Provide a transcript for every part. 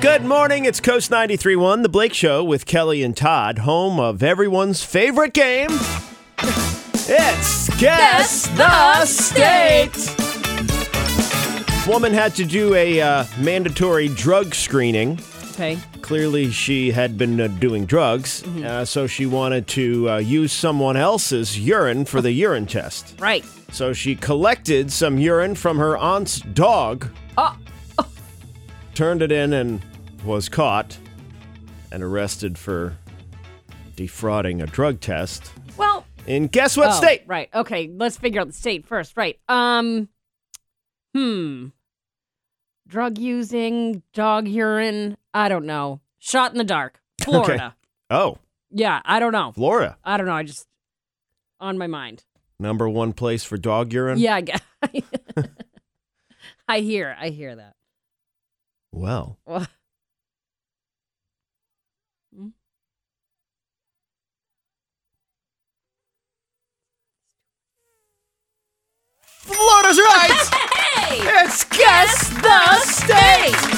Good morning. It's Coast 93.1, The Blake Show with Kelly and Todd, home of everyone's favorite game. It's Guess, the State. Woman had to do a uh, mandatory drug screening. Okay. Clearly, she had been uh, doing drugs, uh, so she wanted to uh, use someone else's urine for the urine test. Right. So she collected some urine from her aunt's dog, Oh. turned it in, and was caught and arrested for defrauding a drug test. Well. In guess what oh, state? Right. Okay. Let's figure out the state first. Right. Um. Hmm. Drug using, dog urine. I don't know. Shot in the dark. Florida. Oh, Yeah. I don't know. Florida, I don't know. I just on my mind. number one place for dog urine. Yeah. I guess. I hear. I hear that. Well, Well, Florida's right. it's guess the state.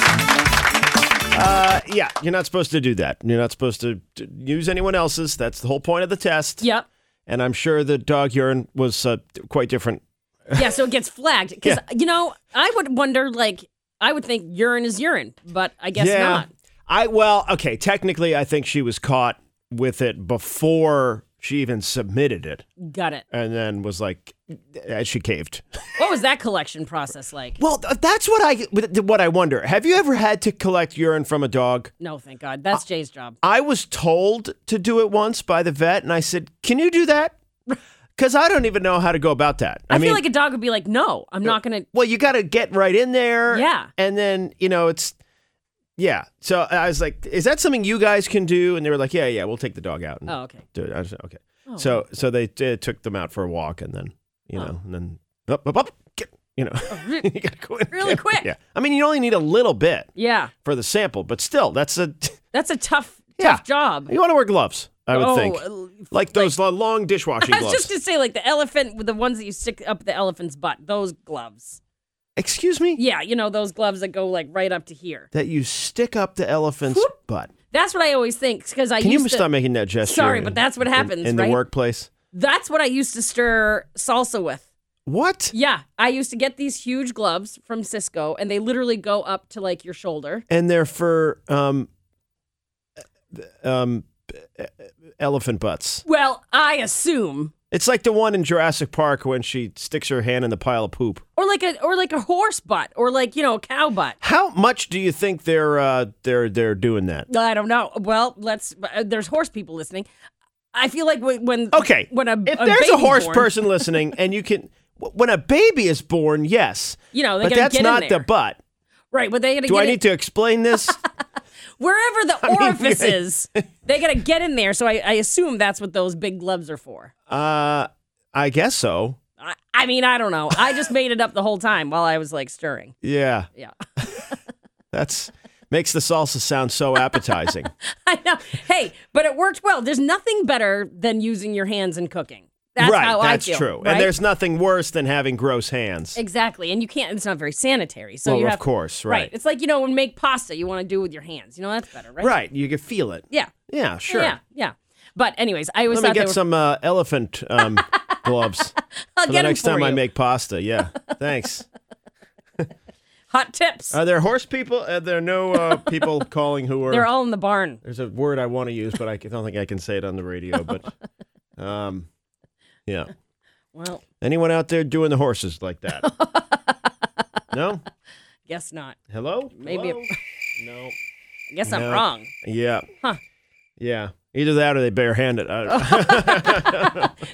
Uh, yeah, you're not supposed to do that. You're not supposed to d- use anyone else's. That's the whole point of the test. Yep. And I'm sure the dog urine was uh, quite different Yeah. So it gets flagged because Yeah. you know I would wonder like I would think urine is urine, but I guess not. I well, okay, technically I think she was caught with it before she even submitted it Got it. and then was like uh, she caved. What was that collection process like? Well, th- that's what I what I wonder. Have you ever had to collect urine from a dog? No, thank God. That's Jay's job. I was told to do it once by the vet and I said, "Can you do that?" Cuz I don't even know how to go about that. I, mean, feel like a dog would be like, no, I'm not going to. well, you got to get right in there. Yeah. And then, you know, it's, yeah. So I was like, is that something you guys can do? And they were like, yeah, yeah, we'll take the dog out. And Oh, okay. do it. I was, okay. So, so they uh, took them out for a walk and then, you Oh. know, and then up, up, up, get, you know, you got to go in. Really quick. Yeah. I mean, you only need a little bit Yeah. for the sample, but still, that's a, That's a tough, Yeah. tough job. you want to wear gloves, I would oh, think. uh, Like those lo- long dishwashing I was gloves. just going to say, like the elephant, with the ones that you stick up the elephant's butt, those gloves. Excuse me? Yeah, you know, those gloves that go like right up to here. That you stick up the elephant's butt. That's what I always think because I Can used you to. stop making that gesture? Sorry, in- but that's what in- happens, in, the right? workplace. That's what I used to stir salsa with. What? Yeah, I used to get these huge gloves from Cisco, and they literally go up to like your shoulder. And they're for um, um, elephant butts. Well, I assume It's like the one in Jurassic Park when she sticks her hand in the pile of poop. or like a or like a horse butt or like you know a cow butt How much do you think they're uh, they're they're doing that? i don't know well let's uh, there's horse people listening i feel like when, when Okay, when a if there's a baby horse born, person listening, and you can, when a baby is born, yes, you know they but gotta that's get not in the there. butt. right but they gotta Do get I in- need to explain this? wherever the mean, orifice yeah. is they gotta get in there so I, I assume that's what those big gloves are for uh, I guess so. I, I mean i don't know i just made it up the whole time while i was like stirring Yeah. yeah That's makes the salsa sound so appetizing. i know hey but it worked well there's nothing better than using your hands in cooking that's right, how that's i feel true. right? And there's nothing worse than having gross hands. Exactly, and you can't. It's not very sanitary. So well, you of have course, right. right. It's like you know when make pasta, you want to do it with your hands. You know that's better, right? Right, you can feel it. Yeah. Yeah, sure. Yeah. Yeah. But anyways, I always Let me thought they get were. some uh, elephant um, gloves I'll for the get 'em next for time I you. make pasta. Yeah, thanks. hot tips. Are there horse people? Are there no uh, people calling who are? They're all in the barn. there's a word I want to use, but I don't think I can say it on the radio. But, um, yeah. Well, Anyone out there doing the horses like that? no. guess not. Hello? Maybe it- Hello? no. I guess No. I'm wrong. Yeah. Huh. Yeah. Either that or they barehanded. I,